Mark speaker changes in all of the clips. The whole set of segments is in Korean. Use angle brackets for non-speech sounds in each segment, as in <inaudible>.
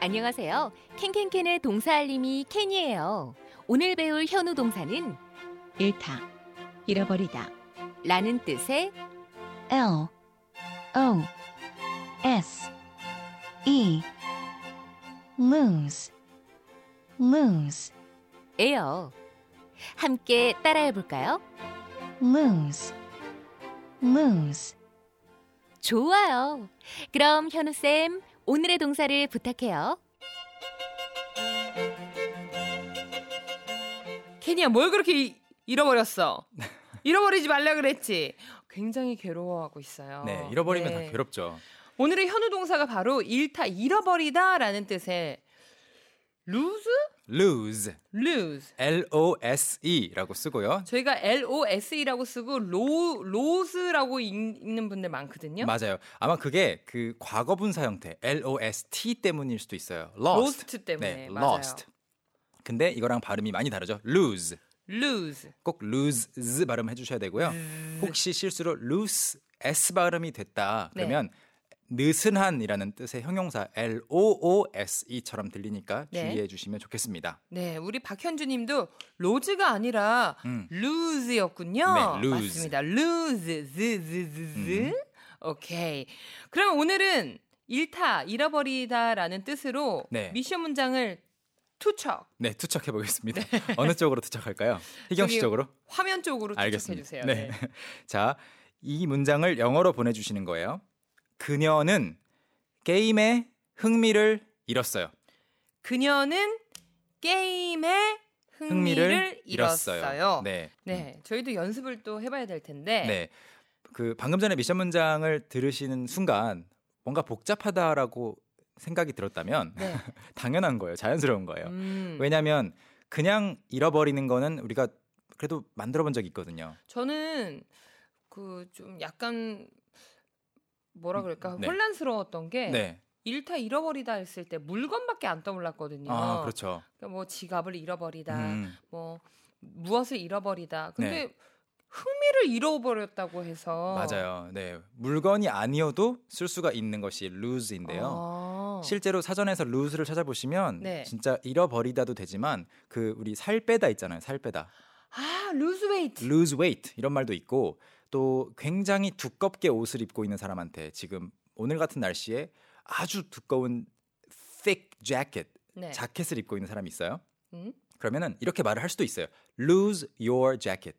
Speaker 1: 안녕하세요. 캔캔캔의 동사 알림이 캔이에요. 오늘 배울 현우 동사는
Speaker 2: 잃다, 잃어버리다.
Speaker 1: 라는 뜻의
Speaker 2: L O S E lose lose
Speaker 1: 에요. 함께 따라해 볼까요?
Speaker 2: lose lose
Speaker 1: 좋아요. 그럼 현우쌤, 오늘의 동사를 부탁해요.
Speaker 3: 케니야 뭘 그렇게 이- 잃어버렸어?
Speaker 4: 네.
Speaker 3: 잃어버리지 말라 그랬지. 굉장히 괴로워하고 있어요.
Speaker 4: 네, 잃어버리면
Speaker 3: 네.
Speaker 4: 다 괴롭죠.
Speaker 3: 오늘의 현우 동사가 바로 잃다, 잃어버리다라는 뜻의 lose,
Speaker 4: lose,
Speaker 3: lose.
Speaker 4: L-O-S-E라고 쓰고요.
Speaker 3: 저희가 L-O-S-E라고 쓰고 로, 로스라고 읽, 는 분들 많거든요.
Speaker 4: 맞아요. 아마 그게 그 과거 분사 형태 L-O-S-T 때문일 수도 있어요. lost.
Speaker 3: Lost 때문에,
Speaker 4: 네,
Speaker 3: 맞아요.
Speaker 4: lost. 근데 이거랑 발음이 많이 다르죠. lose.
Speaker 3: lose.
Speaker 4: 꼭 lose 발음 해주셔야 되고요. 혹시 실수로 lose s 발음이 됐다
Speaker 3: 네.
Speaker 4: 그러면 느슨한이라는 뜻의 형용사 L O O S E처럼 들리니까
Speaker 3: 네.
Speaker 4: 주의해 주시면 좋겠습니다.
Speaker 3: 네, 우리 박현주님도 로즈가 아니라
Speaker 4: 음.
Speaker 3: 루즈였군요.
Speaker 4: 네, lose.
Speaker 3: 맞습니다. 루즈, 즈즈즈즈.
Speaker 4: 음.
Speaker 3: 오케이. 그럼 오늘은 잃다, 잃어버리다라는 뜻으로
Speaker 4: 네.
Speaker 3: 미션 문장을 투척
Speaker 4: 네, 투척해 보겠습니다. 어느 쪽으로 투척할까요? 희경 씨
Speaker 3: 네. 저기
Speaker 4: 쪽으로?
Speaker 3: 화면 쪽으로 투척해
Speaker 4: 알겠습니다.
Speaker 3: 주세요.
Speaker 4: 네. <laughs> 자, 이 문장을 영어로 보내주시는 거예요. 그녀는 게임에 흥미를 잃었어요.
Speaker 3: 그녀는 게임에 흥미를, 잃었어요.
Speaker 4: 네.
Speaker 3: 네, 저희도 연습을 또 해봐야 될
Speaker 4: 네.
Speaker 3: 텐데.
Speaker 4: 그 방금 전에 미션 문장을 들으시는 순간 뭔가 복잡하다라고 생각이 들었다면 <laughs>
Speaker 3: 네.
Speaker 4: 당연한 거예요. 자연스러운 거예요.
Speaker 3: 음.
Speaker 4: 왜냐하면 그냥 잃어버리는 거는 우리가 그래도 만들어 본 적이 있거든요.
Speaker 3: 저는 그 좀 약간 뭐라 그럴까
Speaker 4: 네.
Speaker 3: 혼란스러웠던 게
Speaker 4: 네.
Speaker 3: 잃다 잃어버리다 했을 때 물건밖에 안 떠올랐거든요.
Speaker 4: 아, 그렇죠.
Speaker 3: 그러니까 뭐 지갑을 잃어버리다,
Speaker 4: 음.
Speaker 3: 뭐 무엇을 잃어버리다. 근데
Speaker 4: 네.
Speaker 3: 흥미를 잃어버렸다고 해서
Speaker 4: 맞아요. 네. 물건이 아니어도 쓸 수가 있는 것이 lose인데요.
Speaker 3: 아.
Speaker 4: 실제로 사전에서 lose를 찾아보시면
Speaker 3: 네.
Speaker 4: 진짜 잃어버리다도 되지만 그 우리 살 빼다 있잖아요. 살 빼다.
Speaker 3: 아, 루즈웨이트.
Speaker 4: lose weight 이런 말도 있고 또 굉장히 두껍게 옷을 입고 있는 사람한테 지금 오늘 같은 날씨에 아주 두꺼운 thick jacket
Speaker 3: 네.
Speaker 4: 자켓을 입고 있는 사람이 있어요.
Speaker 3: 음?
Speaker 4: 그러면은 이렇게 말을 할 수도 있어요. lose your jacket.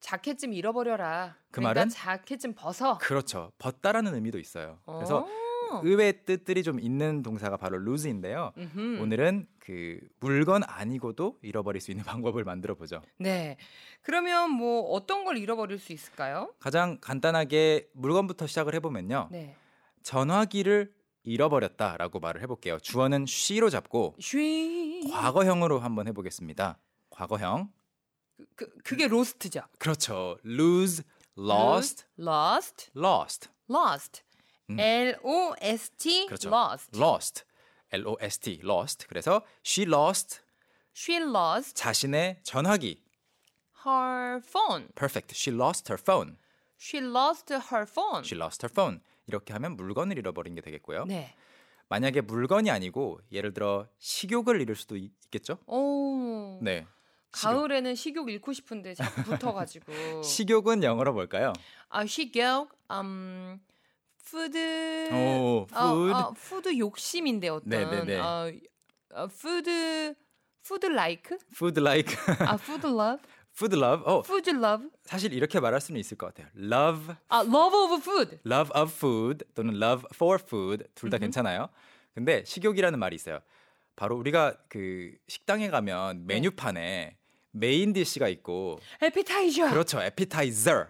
Speaker 3: 자켓 좀 잃어버려라.
Speaker 4: 그
Speaker 3: 그러니까
Speaker 4: 말은?
Speaker 3: 자켓 좀 벗어.
Speaker 4: 그렇죠. 벗다라는 의미도 있어요. 그래서
Speaker 3: 어.
Speaker 4: 의외의 뜻들이 좀 있는 동사가 바로 lose인데요.
Speaker 3: 음흠.
Speaker 4: 오늘은 그 물건 아니고도 잃어버릴 수 있는 <laughs> 방법을 만들어 보죠.
Speaker 3: 네. 그러면 뭐 어떤 걸 잃어버릴 수 있을까요?
Speaker 4: 가장 간단하게 물건부터 시작을 해보면요.
Speaker 3: 네.
Speaker 4: 전화기를 잃어버렸다라고 말을 해볼게요. 주어는 she로 잡고
Speaker 3: 음. 쉬.
Speaker 4: 과거형으로 한번 해보겠습니다. 과거형.
Speaker 3: 그, 그게 로스트죠.
Speaker 4: 그렇죠. lose, lost,
Speaker 3: lost,
Speaker 4: lost,
Speaker 3: lost.
Speaker 4: 음.
Speaker 3: L O S T
Speaker 4: 그렇죠.
Speaker 3: lost.
Speaker 4: lost, l-o-s-t, lost. 그래서 she lost
Speaker 3: She lost
Speaker 4: 자신의 전화기.
Speaker 3: her phone.
Speaker 4: perfect. she lost her phone.
Speaker 3: She lost her phone.
Speaker 4: she lost her phone. 이렇게 하면 물건을 잃어버린 게 되겠고요.
Speaker 3: 네.
Speaker 4: 만약에 물건이 아니고 예를 들어 식욕을 잃을 수도 있- 있겠죠?
Speaker 3: 오.
Speaker 4: 네. 식욕.
Speaker 3: 어. 가을에는 식욕 잃고 싶은데 자꾸 붙어가지고.
Speaker 4: <laughs> 식욕은 영어로 뭘까요?
Speaker 3: 아, 식욕. 음, food.
Speaker 4: 오, food.
Speaker 3: 어, 어, food 욕심인데 어떤.
Speaker 4: 네, 네, 네.
Speaker 3: 어, 어, food. food like?
Speaker 4: food like <laughs>
Speaker 3: 아, food love?
Speaker 4: food love. 어,
Speaker 3: food love?
Speaker 4: 사실 이렇게 말할 수는 있을 것 같아요. love,
Speaker 3: 아, love of food.
Speaker 4: love of food 또는 love for food 둘 다 괜찮아요. 근데 식욕이라는 말이 있어요. 바로 우리가 그 식당에 가면
Speaker 3: 네.
Speaker 4: 메뉴판에 메인 디시가 있고
Speaker 3: appetizer.
Speaker 4: 그렇죠. appetizer.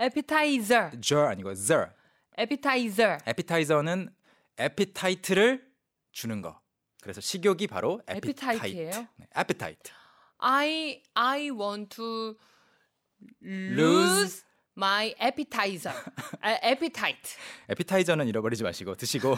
Speaker 3: appetizer.
Speaker 4: j 아니고 zer.
Speaker 3: appetizer.
Speaker 4: appetizer는 appetite를 주는 거. 그래서 식욕이 바로 appetite.
Speaker 3: appetite예요?
Speaker 4: 네, appetite.
Speaker 3: I I want to lose,
Speaker 4: Lose.
Speaker 3: my appetizer.
Speaker 4: <laughs>
Speaker 3: 아, appetite.
Speaker 4: appetizer는 잃어버리지 마시고 드시고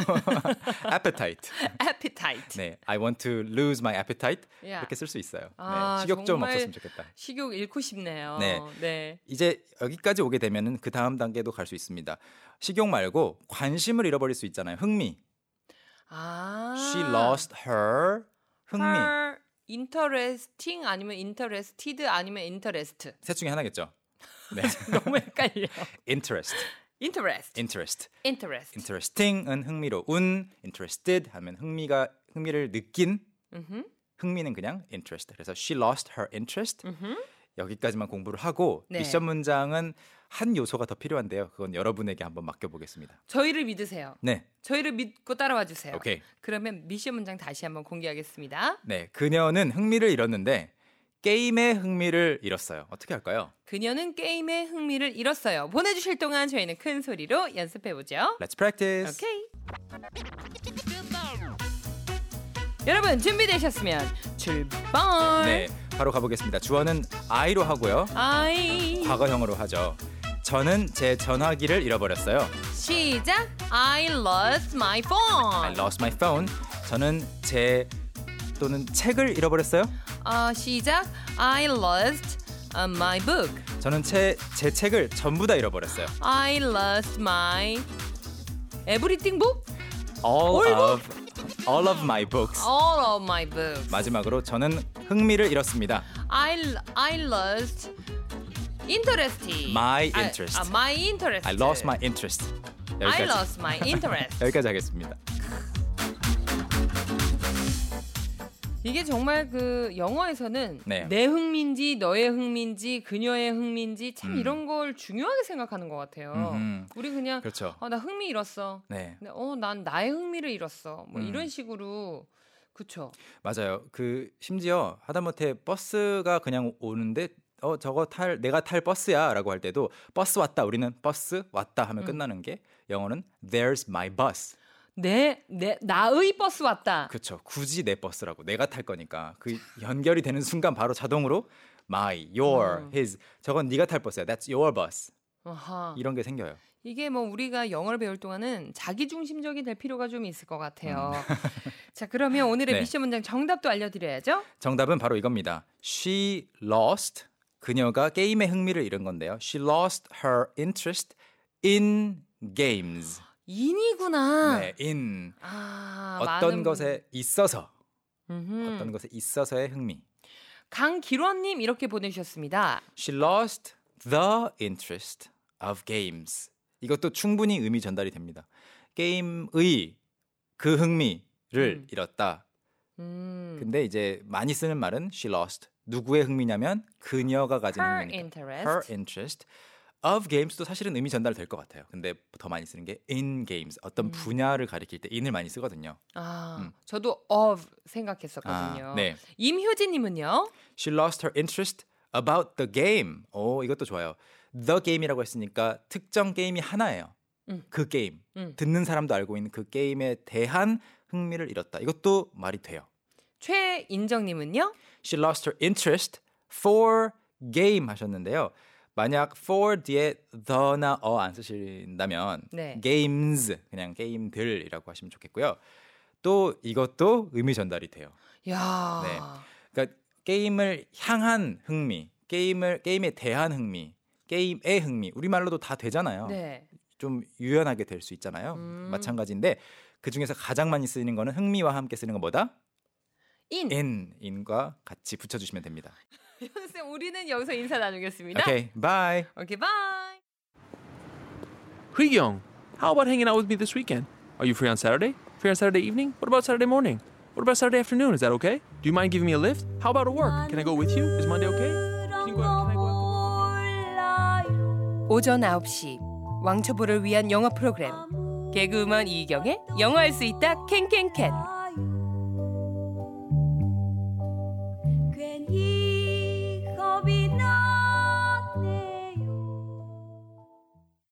Speaker 4: <laughs> appetite.
Speaker 3: appetite.
Speaker 4: 네, I want to lose my appetite
Speaker 3: Yeah.
Speaker 4: 이렇게 쓸 수 있어요.
Speaker 3: 아,
Speaker 4: 네, 식욕 좀
Speaker 3: 정말
Speaker 4: 없었으면 좋겠다.
Speaker 3: 네. 식욕 잃고 싶네요.
Speaker 4: 네.
Speaker 3: 네.
Speaker 4: 이제 여기까지 오게 되면은 그 다음 단계도 갈 수 있습니다. 식욕 말고 관심을 잃어버릴 수 있잖아요. 흥미.
Speaker 3: 아.
Speaker 4: She lost her 흥미.
Speaker 3: her interesting 아니면 interested 아니면 interest.
Speaker 4: 셋 중에 하나겠죠. 네.
Speaker 3: <laughs> 너무 헷갈려.
Speaker 4: <laughs> interest,
Speaker 3: interest.
Speaker 4: interest,
Speaker 3: interest.
Speaker 4: interesting은 흥미로운, interested 하면 흥미가 흥미를 느낀,
Speaker 3: 음흠.
Speaker 4: 흥미는 그냥 interest. 그래서 she lost her interest.
Speaker 3: 음흠.
Speaker 4: 여기까지만 공부를 하고
Speaker 3: 네.
Speaker 4: 미션 문장은 한 요소가 더 필요한데요. 그건 여러분에게 한번 맡겨보겠습니다.
Speaker 3: 저희를 믿으세요.
Speaker 4: 네,
Speaker 3: 저희를 믿고 따라와 주세요.
Speaker 4: 오케이.
Speaker 3: 그러면 미션 문장 다시 한번 공개하겠습니다.
Speaker 4: 네, 그녀는 흥미를 잃었는데 게임에 흥미를 잃었어요. 어떻게 할까요?
Speaker 3: 그녀는 게임에 흥미를 잃었어요. 보내주실 동안 저희는 큰 소리로 연습해 보죠.
Speaker 4: Let's practice.
Speaker 3: 오케이. 여러분 준비되셨으면 출발.
Speaker 4: 네, 바로 가보겠습니다. 주어는 I로 하고요.
Speaker 3: 아이
Speaker 4: 과거형으로 하죠. 저는 제 전화기를 잃어버렸어요.
Speaker 3: 시작. I lost my phone.
Speaker 4: I lost my phone. 저는 제 또는 책을 잃어버렸어요.
Speaker 3: 어, 시작. I lost uh, my book.
Speaker 4: 저는 제, 제 책을 전부 다 잃어버렸어요.
Speaker 3: I lost my everything book.
Speaker 4: All
Speaker 3: 어이구.
Speaker 4: of all of my books.
Speaker 3: All of my books.
Speaker 4: 마지막으로 저는 흥미를 잃었습니다.
Speaker 3: I I lost interest.
Speaker 4: My
Speaker 3: 아,
Speaker 4: interest.
Speaker 3: 아, my interest.
Speaker 4: I lost my interest.
Speaker 3: I
Speaker 4: 여기까지
Speaker 3: lost
Speaker 4: <laughs>
Speaker 3: my interest.
Speaker 4: 여기까지 하겠습니다.
Speaker 3: 이게 정말 그 영어에서는
Speaker 4: 네.
Speaker 3: 내 흥미인지 너의 흥미인지 그녀의 흥미인지 참
Speaker 4: 음.
Speaker 3: 이런 걸 중요하게 생각하는 것 같아요.
Speaker 4: 음흠.
Speaker 3: 우리 그냥
Speaker 4: 그렇죠.
Speaker 3: 어, 나 흥미 잃었어.
Speaker 4: 네.
Speaker 3: 근데 어, 난 나의 흥미를 잃었어. 뭐
Speaker 4: 음.
Speaker 3: 이런 식으로 그쵸.
Speaker 4: 맞아요. 그 심지어 하다못해 버스가 그냥 오는데 어 저거 탈 내가 탈 버스야라고 할 때도 버스 왔다 우리는 버스 왔다 하면
Speaker 3: 음.
Speaker 4: 끝나는 게 영어는 there's my bus.
Speaker 3: 내, 내 나의 버스 왔다.
Speaker 4: 그렇죠. 굳이 내 버스라고 내가 탈 거니까 그 연결이 되는 순간 바로 자동으로 my, your,
Speaker 3: 음.
Speaker 4: his 저건 네가 탈 버스야. That's your bus.
Speaker 3: 아하.
Speaker 4: 이런 게 생겨요.
Speaker 3: 이게 뭐 우리가 영어를 배울 동안은 자기 중심적이 될 필요가 좀 있을 것 같아요. <laughs> 자, 그러면 오늘의
Speaker 4: 음. 네.
Speaker 3: 미션 문장 정답도 알려드려야죠.
Speaker 4: 정답은 바로 이겁니다. She lost 그녀가 게임에 흥미를 잃은 건데요. She lost her interest in games.
Speaker 3: 인이구나.
Speaker 4: 네, in
Speaker 3: 아, 많은
Speaker 4: 어떤
Speaker 3: 분-
Speaker 4: 것에 있어서
Speaker 3: 음흠.
Speaker 4: 어떤 것에 있어서의 흥미.
Speaker 3: 강기론님 이렇게 보내주셨습니다.
Speaker 4: She lost the interest of games. 이것도 충분히 의미 전달이 됩니다. 게임의 그 흥미를
Speaker 3: 음.
Speaker 4: 잃었다.
Speaker 3: 음,
Speaker 4: 근데 이제 많이 쓰는 말은 she lost. 누구의 흥미냐면 그녀가 가진
Speaker 3: her
Speaker 4: 흥미니까.
Speaker 3: interest.
Speaker 4: her interest of games도 사실은 의미 전달 될 것 같아요. 근데 더 많이 쓰는 게 in games. 어떤
Speaker 3: 음.
Speaker 4: 분야를 가리킬 때 in을 많이 쓰거든요.
Speaker 3: 아,
Speaker 4: 음.
Speaker 3: 저도 of
Speaker 4: 아,
Speaker 3: 생각했었거든요.
Speaker 4: 네.
Speaker 3: 임효진님은요.
Speaker 4: She lost her interest about the game. 오, 이것도 좋아요. The game이라고 했으니까 특정 게임이 하나예요.
Speaker 3: 음.
Speaker 4: 그 게임.
Speaker 3: 음.
Speaker 4: 듣는 사람도 알고 있는 그 게임에 대한 흥미를 잃었다. 이것도 말이 돼요.
Speaker 3: 최인정님은요.
Speaker 4: She lost her interest for game 하셨는데요. 만약 for 뒤에 the나 어 안 쓰신다면
Speaker 3: 네.
Speaker 4: games 그냥 게임들이라고 하시면 좋겠고요. 또 이것도 의미 전달이 돼요.
Speaker 3: 야.
Speaker 4: 네. 그러니까 게임을 향한 흥미, 게임을 게임에 대한 흥미, 게임의 흥미 우리말로도 다 되잖아요.
Speaker 3: 네.
Speaker 4: 좀 유연하게 될 수 있잖아요.
Speaker 3: 음.
Speaker 4: 마찬가지인데 그 중에서 가장 많이 쓰이는 거는 흥미와 함께 쓰는 건 뭐다?
Speaker 3: 인. <laughs>
Speaker 4: in, in과 같이 붙여주시면 됩니다.
Speaker 3: 선생님, 우리는 여기서 인사 나누겠습니다.
Speaker 4: 오케이, 바이.
Speaker 3: 오케이, 바이.
Speaker 5: Young, how about hanging out with me this weekend? Are you free on Saturday? Free on Saturday evening? What about Saturday morning? What about Saturday afternoon? Is that okay? Do you mind giving me a lift? How about at work? Can I go with you? Is Monday okay? Can you go out? Can I go out?
Speaker 3: 오전 9시 왕초보를 위한 영어 프로그램 개그우먼 이경의 영어할 수 있다 캔캔캔